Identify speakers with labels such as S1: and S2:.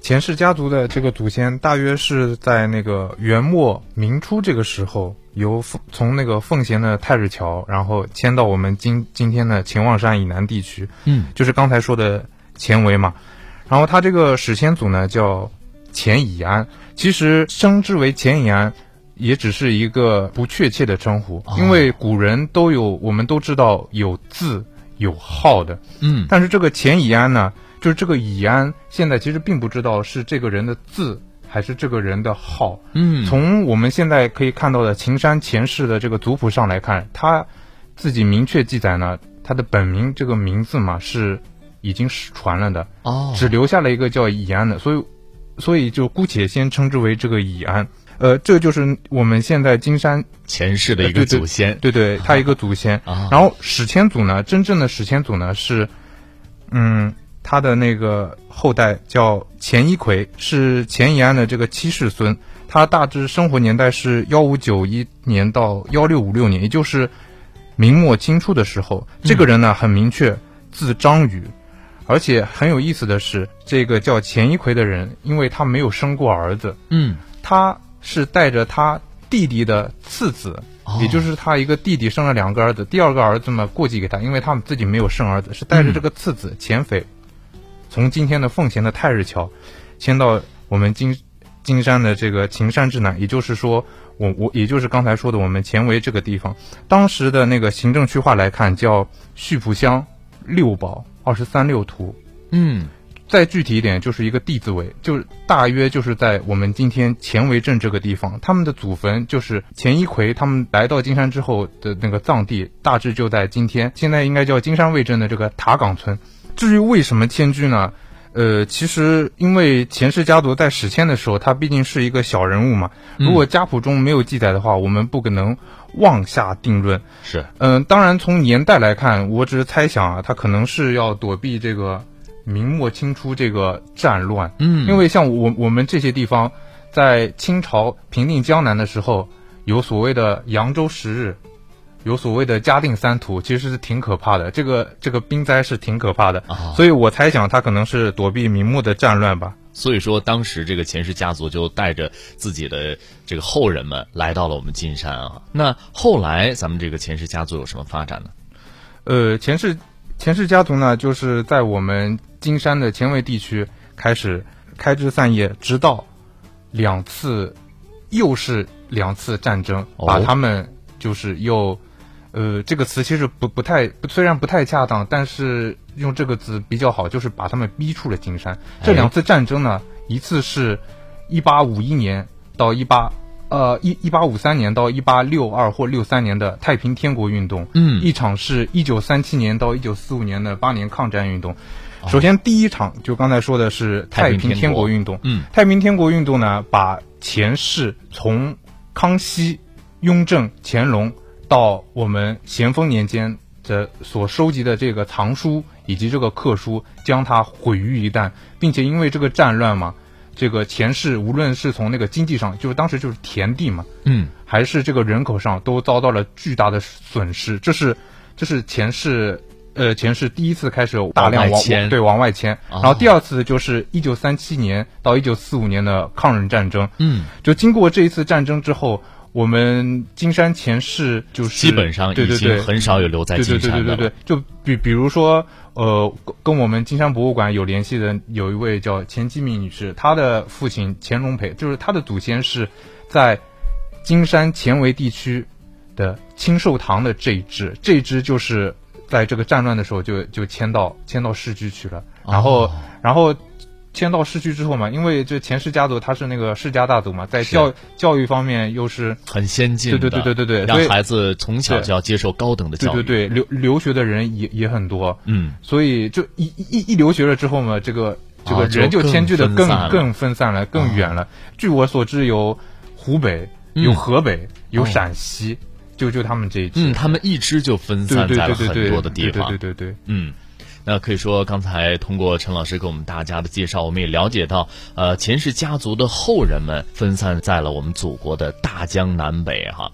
S1: 钱氏家族的这个祖先，大约是在那个元末明初这个时候，由奉从那个奉贤的太日桥，然后迁到我们今今天的秦望山以南地区，
S2: 嗯，
S1: 就是刚才说的钱维嘛。然后他这个始先祖呢叫钱乙安，其实称之为钱乙安，也只是一个不确切的称呼，因为古人都有，我们都知道有字有号的，
S2: 嗯，
S1: 但是这个钱乙安呢，就是这个乙安，现在其实并不知道是这个人的字还是这个人的号。
S2: 嗯，
S1: 从我们现在可以看到的秦山前世的这个族谱上来看，他自己明确记载呢，他的本名这个名字嘛是已经失传了的，
S2: 哦，
S1: 只留下了一个叫乙安的，所以，所以就姑且先称之为这个乙安。呃，这就是我们现在金山
S2: 前世的一
S1: 对
S2: 个
S1: 对
S2: 祖先
S1: 对对，他一个祖先。
S2: 啊，
S1: 然后史前祖呢，真正的史前祖呢是，嗯，他的那个后代叫钱一奎，是钱一安的这个七世孙。他大致生活年代是幺五九一年到幺六五六年，也就是明末清初的时候。这个人呢很明确，字章禹，而且很有意思的是，这个叫钱一奎的人，因为他没有生过儿子，
S2: 嗯，
S1: 他是带着他弟弟的次子，
S2: 哦
S1: 也就是他一个弟弟生了两个儿子，第二个儿子嘛过继给他，因为他们自己没有生儿子，是带着这个次子钱斐，从今天的奉贤的太日桥，迁到我们金金山的这个秦山之南，也就是说，我我也就是刚才说的我们前围这个地方，当时的那个行政区划来看叫溆浦乡六堡二十三六图，
S2: 嗯，
S1: 再具体一点，就是一个地字围，就是大约就是在我们今天前围镇这个地方，他们的祖坟就是钱一奎他们来到金山之后的那个葬地，大致就在今天，现在应该叫金山卫镇的这个塔岗村。至于为什么迁居呢？呃，其实因为钱氏家族在史迁的时候，他毕竟是一个小人物嘛，如果家谱中没有记载的话，我们不可能妄下定论。
S2: 是
S1: 嗯，当然从年代来看，我只是猜想啊，他可能是要躲避这个明末清初这个战乱，
S2: 嗯，
S1: 因为像我我们这些地方，在清朝平定江南的时候，有所谓的扬州十日，有所谓的嘉定三屠，其实是挺可怕的。这个这个兵灾是挺可怕的，
S2: 啊，
S1: 所以我猜想他可能是躲避明末的战乱吧。
S2: 所以说当时这个钱氏家族就带着自己的这个后人们来到了我们金山啊。那后来咱们这个钱氏家族有什么发展呢？
S1: 呃，钱氏钱氏家族呢，就是在我们金山的前卫地区开始开枝散叶，直到两次又是两次战争，
S2: 哦
S1: 把他们就是又呃这个词其实不不太不虽然不太恰当，但是用这个字比较好，就是把他们逼出了金山。这
S2: 哎
S1: 两次战争呢，一次是一八五一年到一八。呃，一一八五三年到一八六二或六三年的太平天国运动，
S2: 嗯
S1: 一场是一九三七年到一九四五年的八年抗战运动。首先，第一场就刚才说的是
S2: 太
S1: 太
S2: 平
S1: 平
S2: 天
S1: 天
S2: 国
S1: 国运动。
S2: 嗯，
S1: 太平天国运动呢，把前世从康熙、雍正、乾隆到我们咸丰年间的所收集的这个藏书以及这个刻书，将它毁于一旦，并且因为这个战乱嘛，这个前世无论是从那个经济上，就是当时就是田地嘛，
S2: 嗯，
S1: 还是这个人口上都遭到了巨大的损失。这是这是前世呃前世第一次开始大量
S2: 往
S1: 往
S2: 外迁
S1: 对往外迁，
S2: 哦
S1: 然后第二次就是一九三七年到一九四五年的抗日战争。
S2: 嗯，
S1: 就经过这一次战争之后，我们金山前世就是
S2: 基本上
S1: 对
S2: 已
S1: 对
S2: 经
S1: 对。
S2: 很少有留在
S1: 对对对对
S2: 金山的
S1: 对
S2: 了。
S1: 对，就比比如说，呃，跟跟我们金山博物馆有联系的有一位叫钱基敏女士，她的父亲钱隆培，就是她的祖先是在金山前围地区的清寿堂的这一支，这一支就是在这个战乱的时候就就迁到迁到市区去了，然
S2: 哦
S1: 后、然后。迁到市区之后嘛，因为这钱氏家族他是那个世家大族嘛，在
S2: 是
S1: 教教育方面又是
S2: 很先进的，
S1: 对对对对对对所
S2: 让
S1: 以
S2: 孩子从小
S1: 对
S2: 就要接受高等的
S1: 对
S2: 教育。
S1: 对对留留学的人也也很多，
S2: 嗯，
S1: 所以就一一一一留学了之后嘛，这个这
S2: 啊
S1: 个
S2: 就
S1: 人就迁居的
S2: 更
S1: 更
S2: 分散了
S1: 更分散了，更远了。据我所知，有湖北，
S2: 嗯
S1: 有河北，有
S2: 哦
S1: 陕西，就就他们这一支。
S2: 嗯，他们一支就分
S1: 对
S2: 散
S1: 对
S2: 在了
S1: 对对
S2: 很
S1: 对，
S2: 多的地方。
S1: 对对对对
S2: 嗯。那可以说，刚才通过陈老师给我们大家的介绍，我们也了解到，呃，钱氏家族的后人们分散在了我们祖国的大江南北哈、